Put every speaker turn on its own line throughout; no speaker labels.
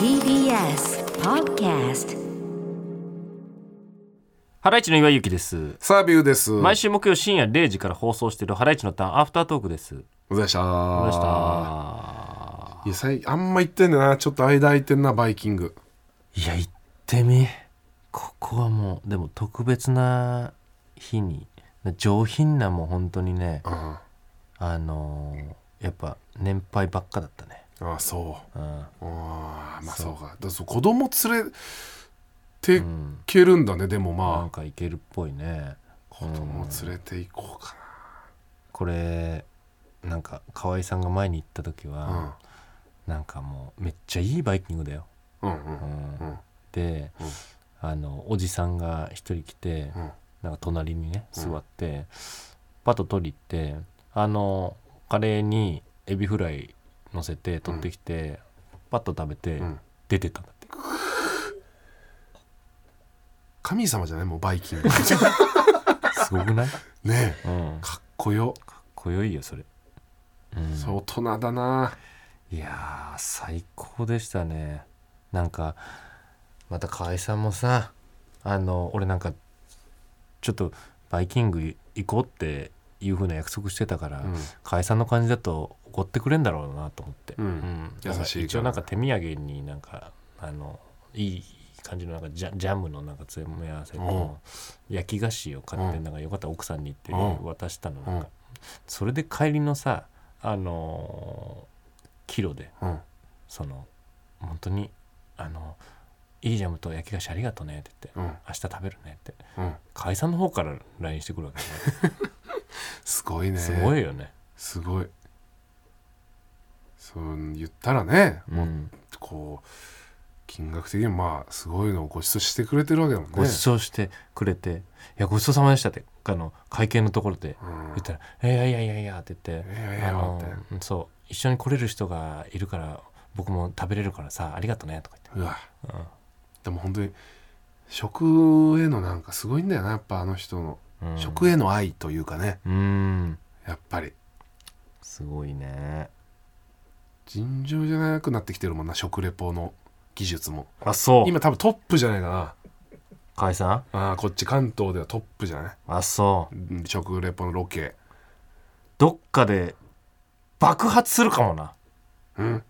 TBS Podcast
ハライチの岩井ゆきです。
サービューです。
毎週木曜深夜0時から放送しているハライチのターンアフタートークです。
お疲れ様でした。
どうでした
いやさいあんま行ってんねんな。ちょっと間空いてんな、バイキング。
いや、行ってみ。ここはもう、でも特別な日に、上品なもう本当にね、
うん、あ
あのーやっぱ年配ばっかだったね。
あ、そ
うん。
う。ああ、まあそうか。だからそう子供連れてけるんだね、でも
なん
まあ。
か行けるっぽいね。
子供連れて行こうか
これ、なんか河合さんが前に行った時は
な、。
なんかもうめっちゃいいバイキングだよ。
うん。うんう。
うんん
うん。
で、
うん
あのおじさんが一人来て、
うん。
なんか隣にね座って、パッと取り行ってあのカレーにエビフライ乗せて取ってきて、パッと食べて、
うん
出てったんだって
神様じゃないもうバ イキング。
すごく ない、
ねえ。
うん、
かっこよ。
こよいよそれ、うん
そう大人だな。
いやー最高でしたねなんかまた河合さんもさあの俺なんかちょっとバイキング行こうっていうふうな約束してたから、
うん
河合さんの感じだと怒ってくれんだろうなと思って、
うん
なんか
優しいから
一応なんか手土産になんかあのいい感じのなんかジャジャムのなんか詰め合わせの焼き菓子を買って
うん
なんかよかったら奥さんにって
うん
渡したの
う
なん
ん
か。それで帰りのさあのーキロで
うん。
その本当にあのいいジャムと焼き菓子ありがとうねって言って、
うん
明日食べるねって
うん。
解散の方から LINE してくるわけね、
すごいね。
すごいよね、
すごいそう言ったらね、
う
もうんこう金額的にもまあすごいのをご馳走してくれてるわけだもんね
ごちそうしてくれて「いやごちそうさまでした」ってあの会計のところで
うん
言ったら「いやいやいやいや」って言って
いやい
「
や
あの
待っ
そう一緒に来れる人がいるから僕も食べれるからさありがとうね」とか
うわ
言って
でも本当に食へのなんかすごいんだよなやっぱあの人の、
うん、うん
食への愛というかね
うん
やっぱり
すごいね
尋常じゃなくなってきてるもんな食レポの技術も
あそう
今多分トップじゃないか
解散
なあーこっち関東ではトップじゃない
あそう
うん食レポのロケ
どっかで爆発するかもな
うん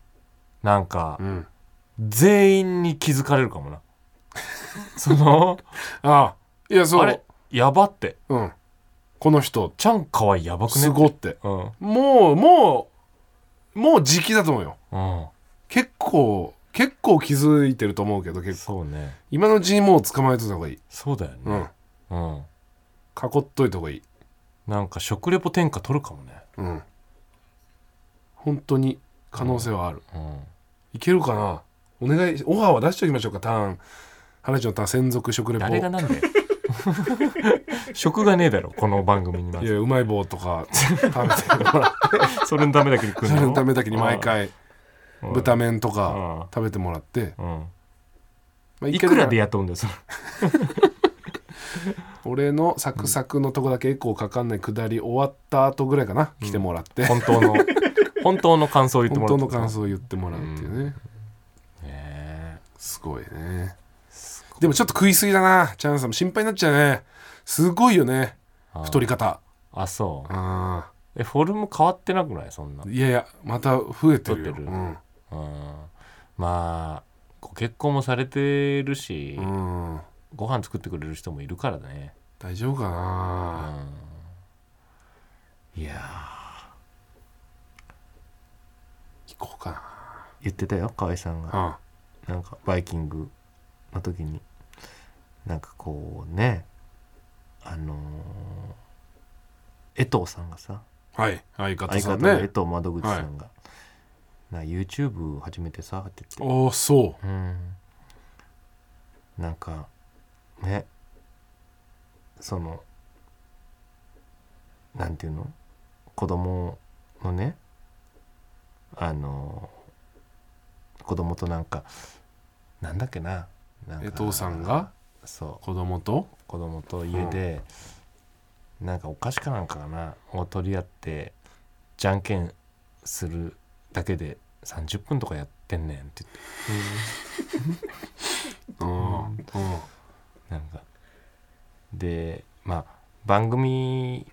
なんか
うん
全員に気づかれるかも なその
ああいやそう
あれやばって
うん、この人
ちゃんかわいやばくね
すごって
うん
もうもうもう時期だと思うよ
うん
結構結構気づいてると思うけど結構
そうね
今のうちにもう捕まえといた方がいい
そうだよ
うん囲
ねうん、
っといた方がいい
なんか食レポ天下取るかもね
うん本当に可能性はある、
うん
いけるかなお願いオファーは出しておきましょうかターンハライチのターン専属食レポ
誰がなんだ よ食がねえだろこの番組にま
い
ず
やうまい棒とか食べてもらって
それのためだけに食う
そ
の
れのためだけに毎回
うん
豚麺
う
と
ん
か食べてもらって、
うん
まあ
い
ける
く
から
で雇うんだよそれ
俺のサクサクのとこだけエコーかかんないくだり終わった後ぐらいかな、来てもらって
本当 の本当の感想を言っても
本
ら
当
う
の感想を言ってもらうっていうね、
ね
すごいねでもちょっと食いすぎだなチャンさんも心配になっちゃうねすごいよね
あー
太り方
あそう
あ
えフォルム変わってなくないそんな、う
ー
ん、
いやいやまた増えてる
太って
よ
る
うん
まあご結婚もされてるし、
うん
ご飯作ってくれる人もいるからね、
大丈夫か
う、
なん
いや
行こうか
ー言ってたよ河合さんが
な
なんかバイキングの時になんかこうねあのー江藤さんがさ、
うんはい相方
相
さ
方
ん
の江
ね
藤窓口さんが、な YouTube を始めてさって言って
おおそ
うんなんかねそのなんていうの子供のねあの子供となんかなんだっけななん
う
か
江藤さんが
そう
子供と
子供と家で、なんかお菓子かなんかかなを取り合ってじゃんけんするだけで30分とかやってんねんって言って
うんうん
なんかでまあ番組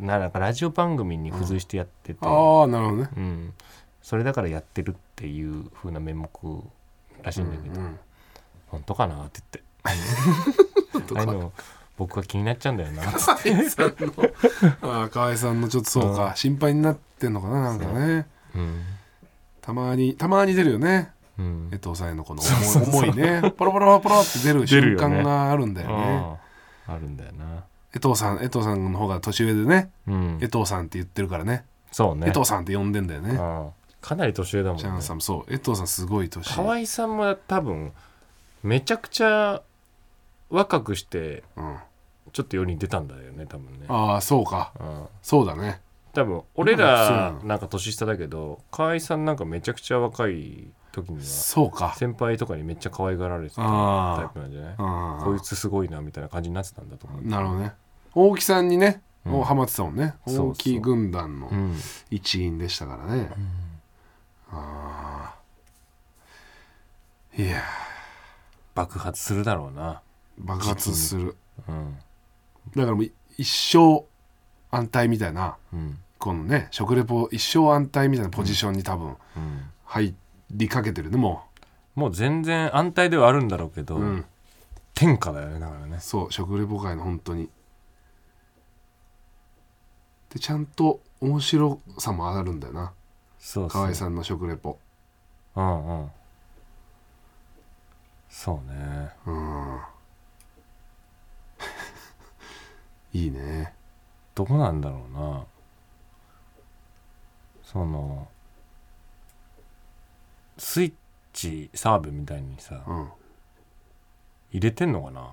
ななんかラジオ番組に付随してやってて、うん
ああなるほどね
それだからやってるっていう風な面目らしいんだけど、
うん
本当かなって言って
当
ああ
か
いう
な
の僕が気になっちゃうんだよ なって
ああ河合さんのちょっとそうか、心配になってんのかななんかね
うん
たまにたまに出るよね
うん
江藤さんへのこの
そうそうそう
思い思いねポロポロポロって出る
出るよ
瞬
ね
間があるんだよね
あああるんだよな
江藤さん江藤さんの方が年上でね
うん
江藤さんって言ってるからね
そうね
江藤さんって呼んでんだよね
ああかなり年上だもん
チャ
ね
ンさんもそう江藤さんすごい年
河合さんも多分めちゃくちゃ若くして
うん、
ちょっと世に出たんだよね多分ね
ああそうか
うん
そうだね
多分俺
そうな
ら
の
なんか年下だけど河合さんなんかめちゃくちゃ若い時には
そうか
先輩とかにめっちゃ可愛がられてた
あ
タ
ー
イプなんじゃない
あー
こいつすごいなみたいな感じになってたんだと思う
なるほどね大木さんにね、
うん
もうハマってたもんね
そうそう
大木軍団の
うん
一員でしたからね、ああいやー
爆発するだろうな
爆発する
うん
だからもうい一生安泰みたいな
うん
このね食レポ一生安泰みたいなポジションに多分
うん
入りかけてるねも
もう全然安泰ではあるんだろうけど、
う、うん、
天下だよねだからね
そう食レポ界の本当にでちゃんと面白さもあるんだよな
そうそう
河合さんの食レポ
うんうんそうね
うんいいね
どこなんだろうなそのスイッチサーブみたいにさ
うん
入れてんのかな、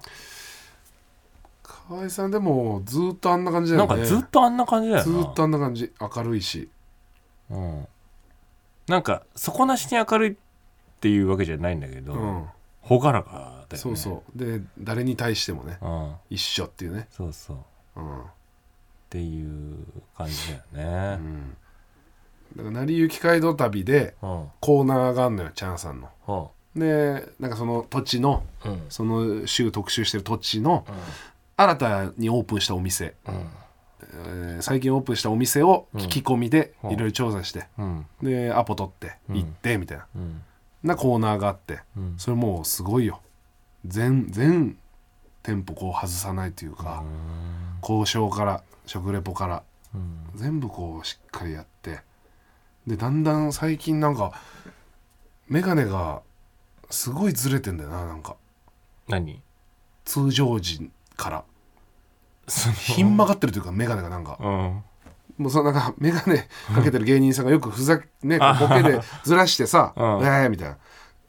河合さんでもずーっとあんな感じだ
なん
よね
かずっとあんな感じだよな
ずーっとあんな感じ明るいし
うん、なんか底なしに明るいっていうわけじゃないんだけど、
うん、
朗らかだよね
そうそうで誰に対してもね
うん
一緒っていうね
そうそうっ
うん、
ていう感じだ
う
よね
ん、だから成り行き街道旅で
うんうん
コーナーがあんのよチャンさんの
うん
でなんかその土地の
うん
その週特集してる土地の新たにオープンしたお店、
うん
えー最近オープンしたお店を聞き込みで
うん
いろいろ調査して、
うん
でアポ取って
うん
行ってみたいな,、
うん
なコーナーがあって
うん
それもうすごいよ全全店舗こう外さないというか、交渉から食レポから
うん
全部こうしっかりやってでだんだん最近なんか眼鏡がすごいずれてんだよななんか
何
通常時からひん曲がってるというか眼鏡がなんか
うん
もうそのなんか眼鏡かけてる芸人さんがよくふざけねこうボケでずらしてさ「
うん
ええみたいな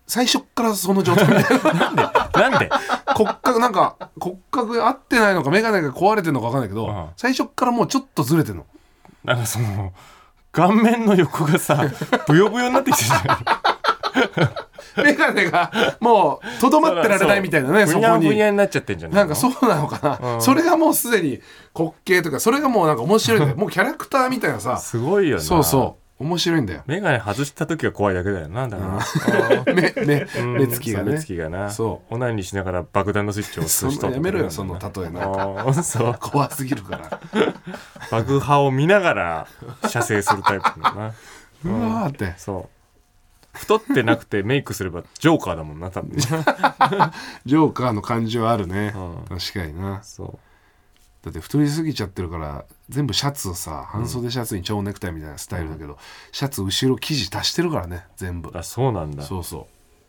最初っからその状態みたいな
なんで
骨格なんか骨格が合ってないのか眼鏡が壊れてるのか分かんないけど、
うん
最初っからもうちょっとずれてんの
なんかその顔面の横がさ ブヨブヨになってきてるじゃん
眼鏡がもうとどまってられないみたいなねそ
ぶにゃ
こに
ぶに。ゃになっちゃってんじゃない
なんか
う
そうなのかな、
うん
それがもうすでに滑稽というかそれがもうなんか面白いんだよもうキャラクターみたいなさ
すごいよな
そうそう面白いんだよ
眼鏡外した時が怖いだけだよなだから
目目
うん
目つきが
そう
ね
目つきがな
そ
オナニーしながら爆弾のスイッチを押す
そ
人とか
の
ね
やめろよその例えな
あーそう
怖すぎるから
爆破を見ながら射精するタイプだな
うわーって
そう太ってなくてメイクすればジョーカーだもんな多分
ジョーカーの感じはあるね
うん
確かにな
そう
だって太りすぎちゃってるから全部シャツをさ半袖シャツに蝶ネクタイみたいなスタイルだけどシャツ後ろ生地足してるからね全部
あそうなんだ
そうそ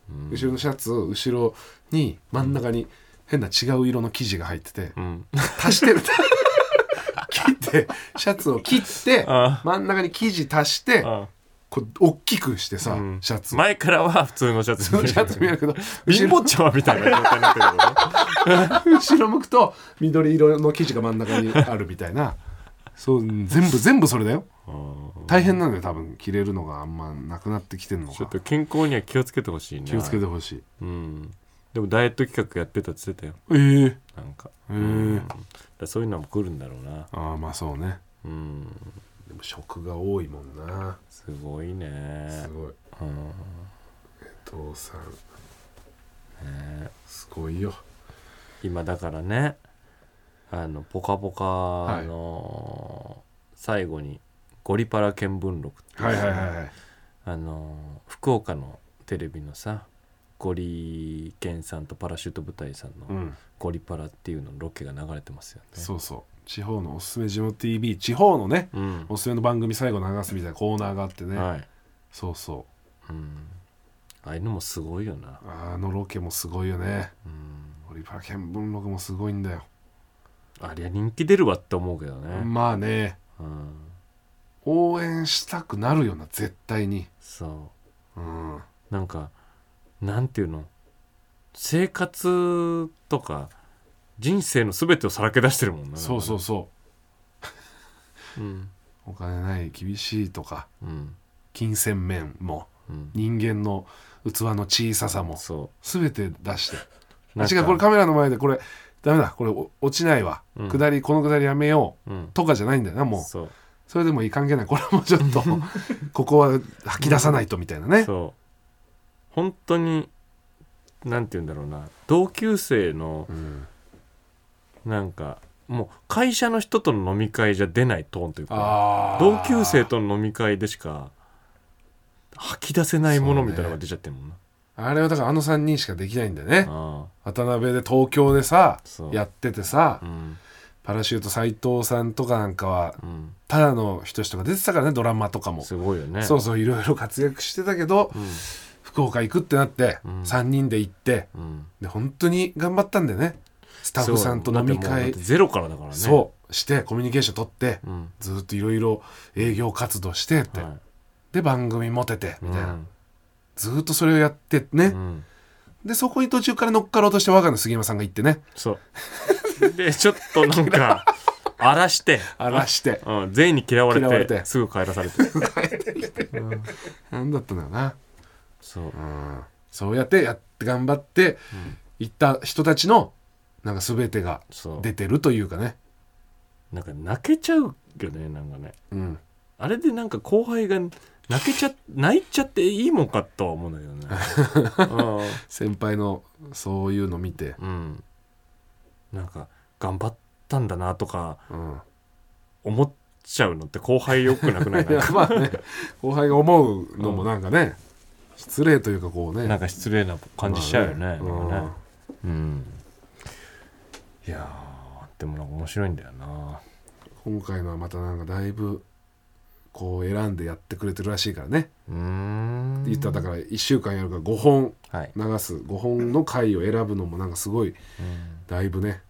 う後ろのシャツを後ろに真ん中に変な違う色の生地が入ってて
うん
足してる切ってシャツを切って
あ
真ん中に生地足して
あ
こう大きくしてさ
うん
シャツを
前からは普通のシャツ
その シャツ見えるけど
貧
後ろ
乏ちゃわみたいな状態になってるけどね
後ろ向くと緑色の生地が真ん中にあるみたいなそう全部全部それだよ
あ
大変なんだよ多分着れるのがあんまなくなってきてる の
ーちょ
か
っと健康には気をつけてほしいな
気をつけてほしい
うんでもダイエット企画やってたって言ってたよ
ええ
なんか
ええ
だからそういうのも来るんだろうな
ああまあそうね
うん
でも食が多いもんな
すごいね
すごい
うんね
江藤さん
え
すごいよ
今だからね「あのポカポカの最後に「ゴリパラ見聞録」っていう
はいはいはいはい
あの福岡のテレビのさゴリケンさんとパラシュート部隊さん
う
の
ん
「ゴリパラ」っていうののロケが流れてますよね。
そうそう地方のおすすめジム TV 地方のね
うん
おすすめの番組最後流すみたいなコーナーがあってね、
はい
そうそ
うん、ああいうのもすごいよな
う、あのロケもすごいよね
うん、
オリパラ見聞録もすごいんだよ、
ありゃ人気出るわって思うけどね、
まあね
うん、
応援したくなるよな絶対に
そ
うんは
うなんかなんていうの生活とか人生の全てをさらけ出してるもんな
そうそうそ
うん
うお金ない厳しいとか
うん
金銭面も
うん
人間の器の小ささも
そ
全て出して
う
あ違うこれ
か
カメラの前でこれダメだこれお落ちないわ、
うん
下りこの下りやめよう
うん
とかじゃないんだよなもう
そう
それでもいい関係ないこれもちょっとここは吐き出さないとみたいなね、
そう本当になんて言うんだろうな同級生の
うん
なんかもう会社の人との飲み会じゃ出ないトーンというか
あー
同級生との飲み会でしか吐き出せないものみたいなのが出ちゃってるもんな、
あれはだからあの3人しかできないんだよね
あ
渡辺で東京でさ
そう
やっててさ、
あうん
パラシュート斎藤さんとかなんかは
うん
ただの人とか出てたからねドラマとかも、
すごいよね
そうそういろいろ活躍してたけど、
うん
福岡行くってなって、
うん
3人で行って
うん
で本当に頑張ったんだよねスタッフさんと飲み
そうだってもうだっ
会
てゼロからだからね
そうしてコミュニケーション取って、
うん
ずっといろいろ営業活動してって、
は
で番組持てて
い
みたいな、
うん
ずっとそれをやってね、
うん
でそこに途中から乗っかろうとして若野杉山さんが行ってね
そう でちょっとなんか荒らして
荒らして
うん、全員に嫌われて
嫌われて
すぐ帰ら されて
何だったんだよな、
そう
うん、そうやってやって頑張って行った人たちのなんか全てが
そう
出てるというかね、
なんか泣けちゃうよねなんかね
うん、
あれでなんか後輩が泣けちゃ泣いちゃっていいもんかとは思うんだけど ね
先輩のそういうの見て、
うん、うん、なんか頑張ったんだなとか
うん、
思っちゃうのって後輩よくなく ない
いや
な
まあね後輩が思うのもなんかね、失礼というかこうね
なんか失礼な感じしちゃうよね,、な
まあ
ん
ね
かねうんいやーでもなんか面白いんだよな
うん今回のはまたなんかだいぶこう選んでやってくれてるらしいからね、
うーん
言ったらだから1週間やるから5本
はい、
流す5本の回を選ぶのもなんかすごい
うん
だいぶね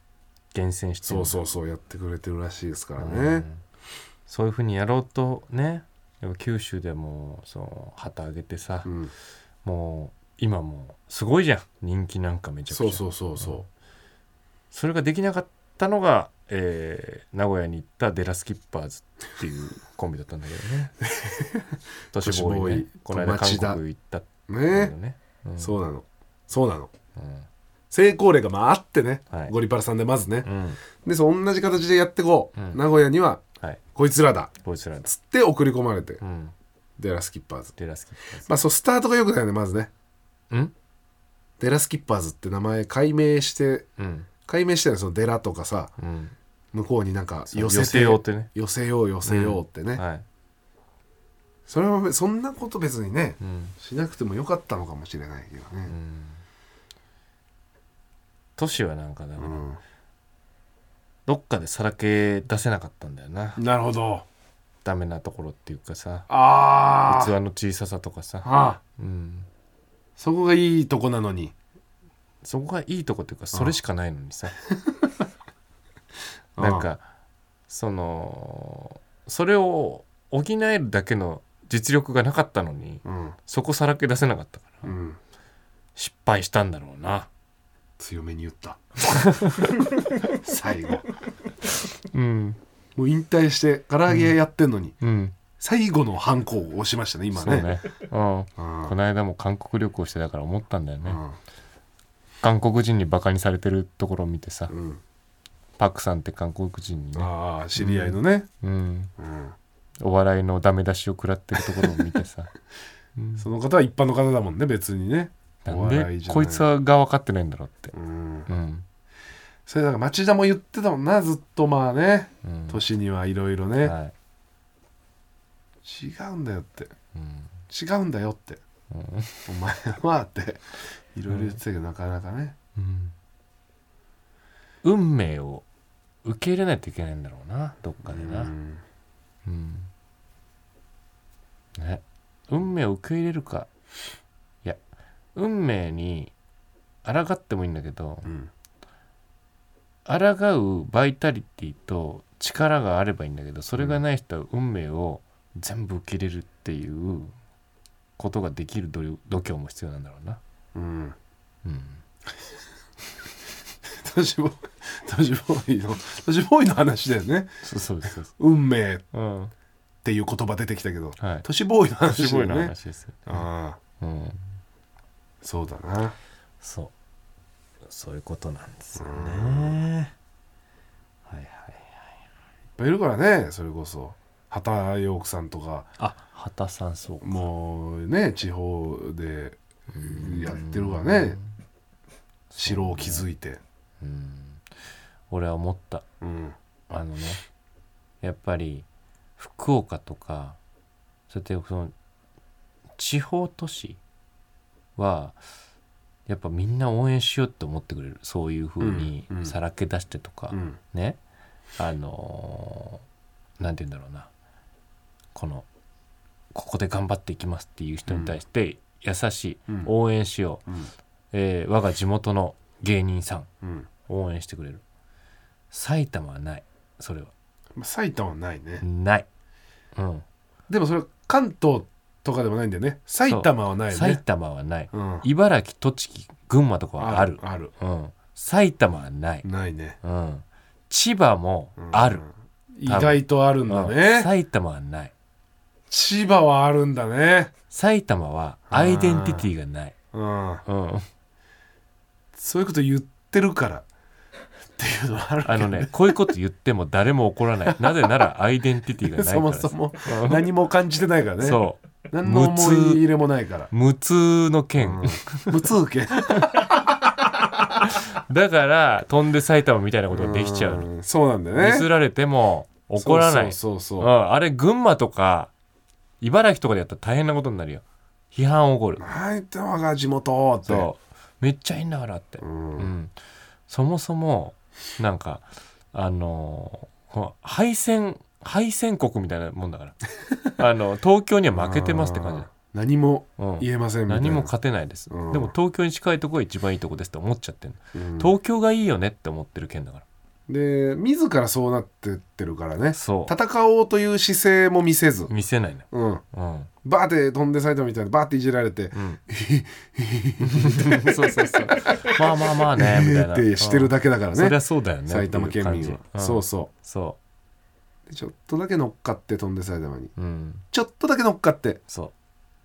厳選してる
そうそうそうやってくれてるらしいですから
う
ね
んそういうふうにやろうとねやっぱ九州でもそう旗揚げてさ、
うん、
もう今もうすごいじゃん人気なんかめちゃくちゃ
そうそうそうそう
それができなかったのが、えー名古屋に行ったデラスキッパーズっていうコンビだったんだけど ね都市ボーイね
都市ボーイ
この間
町田
韓国行ったんだけど
ね
ね、うん
そうなのそうなの
うん
成功例がまああってね、
はい
ゴリパラさんでまずね、
うん
でそう同じ形でやってこう、
うん
名古屋には
はい
こいつらだ
こいつらです、
つって送り込まれて、
うん、
デラスキッパーズ
デラスキッパーズ
まあそうスタートが良くないねまずね
うん
デラスキッパーズって名前解明して
うん
解明してるそのデラとかさ
うん
向こうになんか
そう
寄せ
寄せようってね
寄せよう寄せようってね、
はい、
それはそんなこと別にね
うん
しなくてもよかったのかもしれないけど
う
ね
ん都市はなんかだか
う
ら、
ん、
どっかでさらけ出せなかったんだよな
なるほど
ダメなところっていうかさ
あ
器
ー
の小ささとかさ、
あ
うん、
そこがいいとこなのに
そこがいいとこっていうかそれしかないのにさなんかそのそれを補えるだけの実力がなかったのに
うん、
そこさらけ出せなかったから
うん、
失敗したんだろうな
強めに言った最後
うん
もう引退して唐揚げ屋やってんのに、
うん
最後の反抗を押しましたね今
そう
ね
ね、うん、
うん
この間も韓国旅行してだから思ったんだよね、
う
韓国人にバカにされてるところを見てさ、
んうん
パクさんって韓国人にね、
ああ知り合いのね、
うん、
うん
お笑いのダメ出しを食らってるところを見て さ
その方は一般の方だもんね別にね
なん
お笑い
で
じゃない
こいつが分かってないんだろうって
うん
うん、
それなんか町田も言ってたもんなずっとまあね
うん
年にはいろいろね、
はい
違うんだよって
うん
違うんだよって
うん
お前はっていろいろ言ってたけど、なかなかね
うん運命を受け入れないといけないんだろうなどっかでな、
うん
うんね、運命を受け入れるかいや運命に抗ってもいいんだけど
うん
抗うバイタリティと力があればいいんだけどそれがない人は運命を全部受け入れるっていうことができる度量度胸も必要なんだろうな。
うん
うん、
都市ボーイ都市ボーイの都市ボーイの話だよね
そうそうですそうです。
運命っ
うん、
ていう言葉出てきたけど
はい。
都市ボーイの話
す
だ
ご
よ
いな
ね
話ですよ。
あ
う
あ
ん、
そうだな
そうそういうことなんですよね。はいはい。
いっぱいいるからねそれこそ畑陽子さんとか
あ畑さんそうか
もうね地方でやってるからね城を築いて
うん俺は思った
うん
あのねやっぱり福岡とかそうやってその地方都市はやっぱみんな応援しようって思ってくれるそういうふうに
うんうん
さらけ出してとか、
うん
ねあのーなんて言うんだろうなこのここで頑張っていきますっていう人に対して優しい、
うん
応援しよう、
うん
えー我が地元の芸人さん
うん
応援してくれる埼玉はないそれは
まあ埼玉はないね
ない、うん
でもそれは関東とかでもないんだよね埼玉はないよ
埼
ね
玉はない
うん
茨城栃木群馬とかはある
ある
うん、埼玉はない、
ないね
うん、千葉もある、
意外とあるんだ
うん
ね
埼玉はない
千葉はあるんだね
埼玉はアイデンティティがない、
うん
うん、
そういうこと言ってるからっていうのはある
あの ねこういうこと言っても誰も怒らないなぜならアイデンティティがないから
そも
さ
そも何も感じてないからね
そう
何の思い入れもないから
無痛の件、
無痛券
だから飛んで埼玉みたいなことができちゃうの
んそうなんだよ
ミス
ね
られても怒らない
そうそうそう
う
そうん
あれ群馬とか茨城とかでやったら大変なことになるよ批判起こる
埼玉が地元って
そうめっちゃいいんだからって、
ん
うんそもそもなんかあのーこの敗戦敗戦国みたいなもんだから あの東京には負けてますって感じだ
何も
うん
言えませんみたいな
何も勝てないです、
うん
でも東京に近いとこが一番いいとこですって思っちゃってる、
うん
東京がいいよねって思ってる県だから
で自らそうなってってるからね
そう
戦おうという姿勢も見せず
見せないの、
う
う
ん
ん
バーって飛んで埼玉みたいにバーっていじられて
うん、そうそうそうまあまあまあねみたいな
ってしてるだけだか
うんそ
ら
り
ね
ゃそうだよね
埼玉県民は
そ
そううんそ
そう
でちょっとだけ乗っかって飛んで埼玉に
ううん
ちょっとだけ乗っかって
そう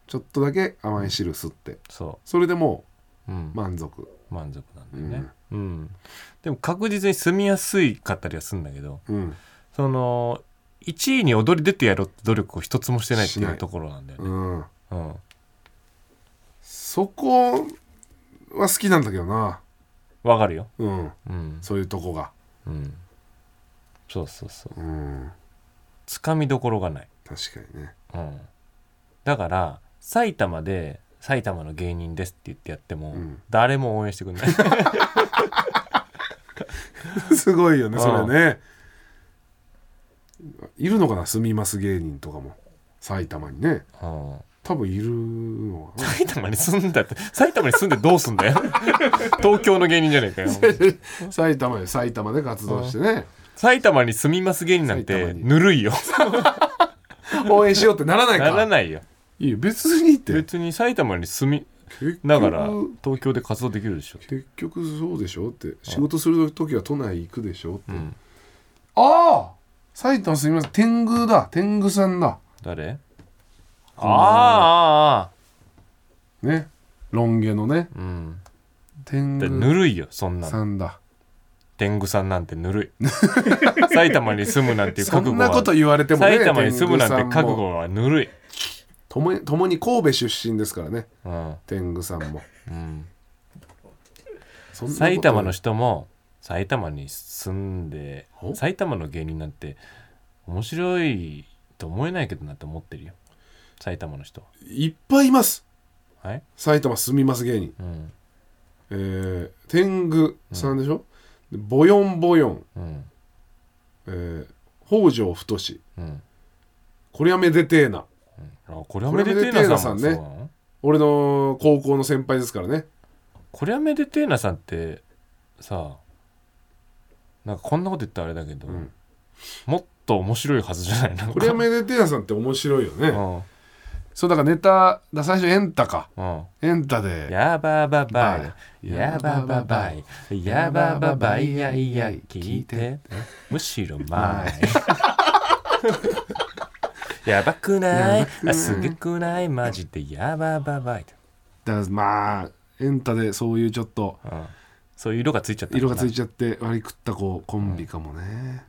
ちょっとだけ甘い汁吸って
そ
それでも
う、うん
う満足
満足なんだよね、うんでも確実に住みやすいかったりはするんだけど
うん
その1位に踊り出てやろうって努力を一つもしてないってい
しな
う
い
ところなんだよね、
うん
うん
そこは好きなんだけどな
わかるよ
うん
うん、
そういうとこが
うん、そうそうそう
うん
つかみどころがない
確かにね
うん、だから埼玉で埼玉の芸人ですって言ってやっても、
うん
誰も応援してくれ ない
すごいよね
うん
それねいるのかな住みます芸人とかも埼玉にね
うん
多分いるの かな
埼玉に住んだって埼玉に住んでどうす んだよ東京の芸人じゃねえかよ
埼玉で埼玉で活動してね
埼玉に住みます芸人なん
埼
て
玉に
ぬるいよ
応援しようってならないか
ならないよ
いいよ別にって
別に埼玉に住み
結局
ながら東京で活動できるでしょ、
結局そうでしょって仕事する時は都内行くでしょって、
うん、
ああ埼玉すみません天狗だ天狗さんだ
誰ああああ
ねロン毛のね
うん
天
だぬ
狗
るいよそんなの
さんだ
天狗さんなんてぬるい 埼玉に住むなんていう
そ
覚悟は
んなこと言われてもね
埼玉に住むなんて覚
天狗さんも
悟はぬるい、
ともともに神戸出身ですからね
うん
天狗さんも
うん、
そんなこと
埼玉の人も埼玉に住んで
お
埼玉の芸人なんて面白いと思えないけどなって思ってるよ埼玉の人はい
っぱいいます
はい、
埼玉住みます芸人
うん
えー、天狗さんでしょ、でボヨンボヨン、
うん
えー、北条太志
うん、
こりゃめでてえな
あこれはめでてえなさんもそうなの
俺の高校の先輩ですからね
これはめでてえなさんってさなんかこんなこと言ったらあれだけど、
ん
もっと面白いはずじゃないなんか
こりゃめでてえなさんって面白いよね、
うん
そうだからネタだ最初エンタか
うん
エンタで
やばばば
ば
いやばばばいやばばばいやいや聞いてむしろ前 やばくな
や
い
ばく
あ
ない
すげくないマジでやばばばい、
だからまあエンタでそういうちょっと
うん、そういう色がついちゃった
色がつい
ち
ちゃって割り食ったこうコンビかもね、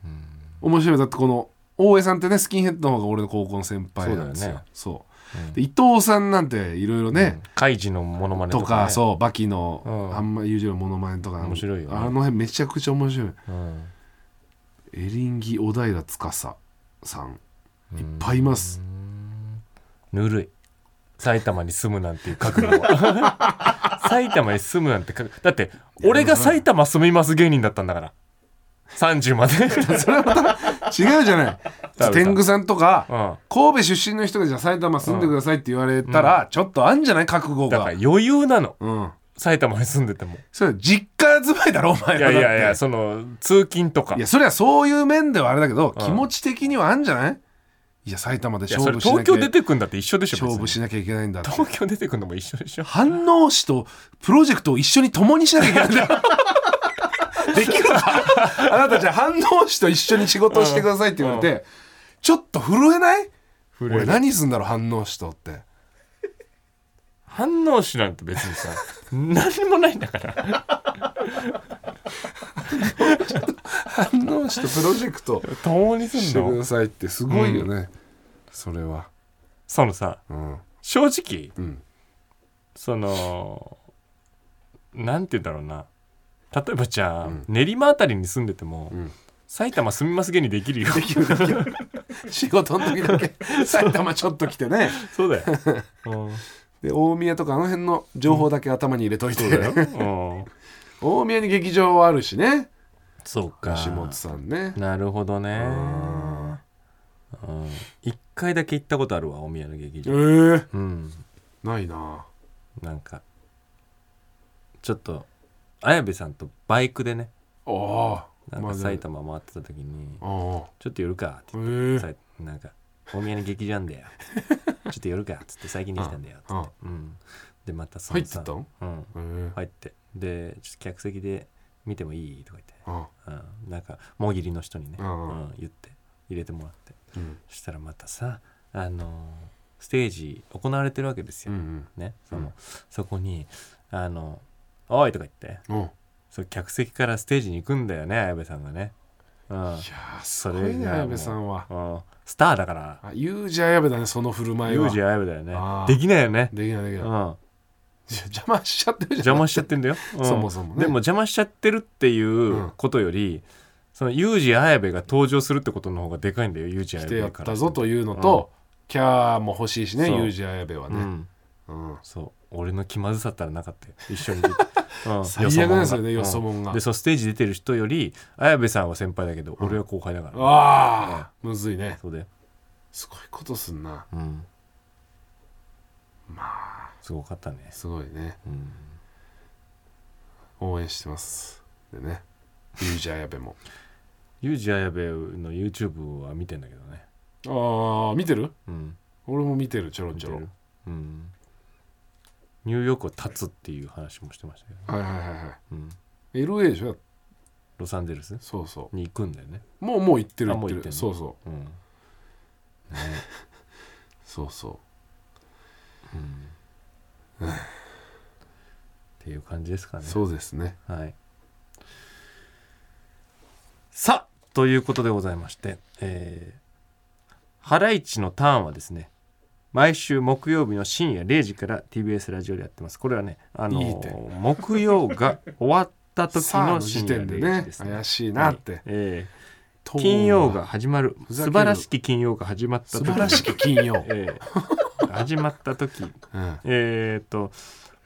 面白いだってこの大江さんってねスキンヘッドの方が俺の高校の先輩なんです
そ
よ
うだよね
そうで伊藤さんなんていろいろね、
カイジのモノマネ
と
と
か
か,、ね、
そうバキの、
うん
あんま裕次郎のモノマネとか
面白いよね
あの辺めちゃくちゃ面白い
うん、
エリンギ小平司さんいっぱいいます
ぬるい埼玉に住むなんていう覚悟は 埼玉に住むなんて覚悟だって俺が埼玉住みます芸人だったんだから30まで
それはまた違うじゃない
食べた
天狗さんとか、
うん
神戸出身の人がじゃあ埼玉住んでくださいって言われたら、ちょっとあんじゃない覚悟
だ
が
から余裕なの
うん
埼玉に住んでても
それ実家住まいだろお前
い
ら
やいやい
だっ
や
て
その通勤とか
い
いや
やそれはそういう面ではあれだけど、
うん
気持ち的にはあんじゃないいや埼玉で
そ
勝
れ
負しな
東
きゃ
京出てくんだって一緒でしょ別に
勝負しなきゃいけないんだって
東京出てくんのも一緒でしょ
反応師とプロジェクトを一緒に共にしなきゃいけないんだ よできるかあなたじゃあ反応師と一緒に仕事をしてくださいって言われて、ちょっと震えない
える
俺何すんだろう反応師とって
反応しなんて別に さ何にもないんだから
反応師とプロジェクト
共に
し
す
て
ん
く
の
ださいってすごいよね、それは
そのさ
うん
正直、
ん
そのなんて言うんだろうな例えばじゃあ、練馬あたりに住んでても、埼玉住みますげにできるよ
仕事の時だけ埼玉ちょっと来てね
そうだよ、うん
で大宮とかあの辺の情報だけ頭に入れといて、
うん、
大宮に劇場はあるしね
そうか
橋本さんね
なるほどねうん一回だけ行ったことあるわ大宮の劇
ええ
場うん
ないな
なんかちょっと綾部さんとバイクでね
ああ
なん
まあ
か
ね
埼玉回ってた時に
あ
「ちょっと寄るか」って
あ
言っ
え
てさなんか「大宮の劇場なんだよ」ちょっと寄るか」っつって最近できたんだよ」っつって、うん、でまたそのさ
入って
うん
ええ
入ってでちょっと客席で見てもいいとか言って
あ
うん、なんかもぎりの人にね、う
うんん
言って入れてもらって
うん
そしたらまたさあのーステージ行われてるわけです
う
よ、
ん
ねその、そこに「あのおい!」とか言って
うんおい
そう客席からステージに行くんだよね綾部さんがね、うん
やーす
そ
ご
れ
いね
が
綾部さんは
うん、スターだから
あユージ綾部だねその振る舞い
ユ
は
ージ綾部だよね
あー
できないよね、
できないでき
う
ない
ん、
いや邪魔しちゃってるじゃ
邪
ん
魔しちゃってん だよ、うん
そもそもね
でも邪魔しちゃってるっていうんうことより、そのユージ綾部が登場するってことの方がでかいんだよユージ綾
来
部
てやっ
から
たぞというのとキャーも欲しいしね
そう
ユージ綾部は
う
ね
ん、
うん
そう俺の気まずさったらなか ったよ一緒に出て、うん
最悪なんですよね
よ
よ
そ
そ
も
も
ん
ん
が
が
でそうステージ出てる人より綾部さんは先輩だけど、俺は後輩だから、
ああむずいね
そうだよ、
すごいことすんな
うん、まあすごかったね、
すごいね
うん、
応援してますでねユージ綾部も
ユージ綾部の YouTube は見てんだけどね
ああ見てる
うん
俺も見てるちょろ
見
ち
て
ょろ
るうんニューヨークを立つっていう話もしてましたけど、
はいはいはいは
うん、
い LA でしょ
ロサンゼルス
そうそ
に行くんだよね、
うもうもう行ってる
あ
行って
もう行ってんの
るそうそう
うんね
そうそ
うん、っていう感じですか
う
ね
そうですね
はい。ということでございまして、えーハライチのターンはですね、毎週木曜日の深夜0時から TBS ラジオでやってます。これはね、あのー
いい点
木曜が終わった時
さあ
の
の時
深夜
点で
0
ね
時ですね。
怪しいなって、
はいえー金曜が始まる、
ふざ
素
ける
晴らしき金曜が始まった
素
時
晴らしき金曜、
えー始まった時
うん
えー、と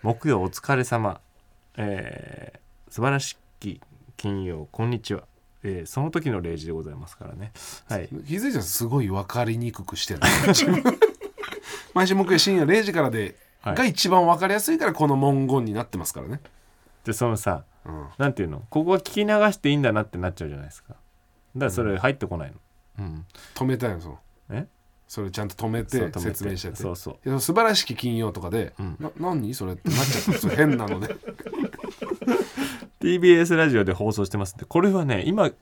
木曜お疲れ様、えー、素晴らしき金曜こんにちは、えーその時の0時でございますからねはい
気づいたらすごい分かりにくくしてる自分 毎週木曜深夜0時からで、
はい
が一番分かりやすいからこの文言になってますからね、
でそのさ
うん
なんていうのここは聞き流していいんだなってなっちゃうじゃないですかだからそれ入ってこないのうん、
止めたよその
え
それちゃんと止めて
そう止めて
説明してて
そうそう
いや素晴らしき金曜とかで「
ん
な何それ?」ってなっちゃったんですよ変なの で
TBS ラジオで放送してますんでこれはね今
そ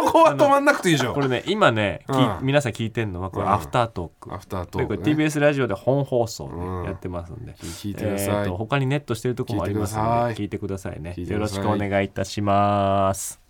こは止まんなくていいでしょ
これね今ね、き
うん
皆さん聞いてるのはこれ
うん
アフタートーク、
アフタート
で
ー
こ
ク、
れ
ね、
TBS ラジオで本放送でやってますんで、
聞いてください
えーと他にネットしてるとこもありますので
聞いてください
聞いてくださいね
聞いて
よ
く
ろ
だ
し
さい
くお願いいたします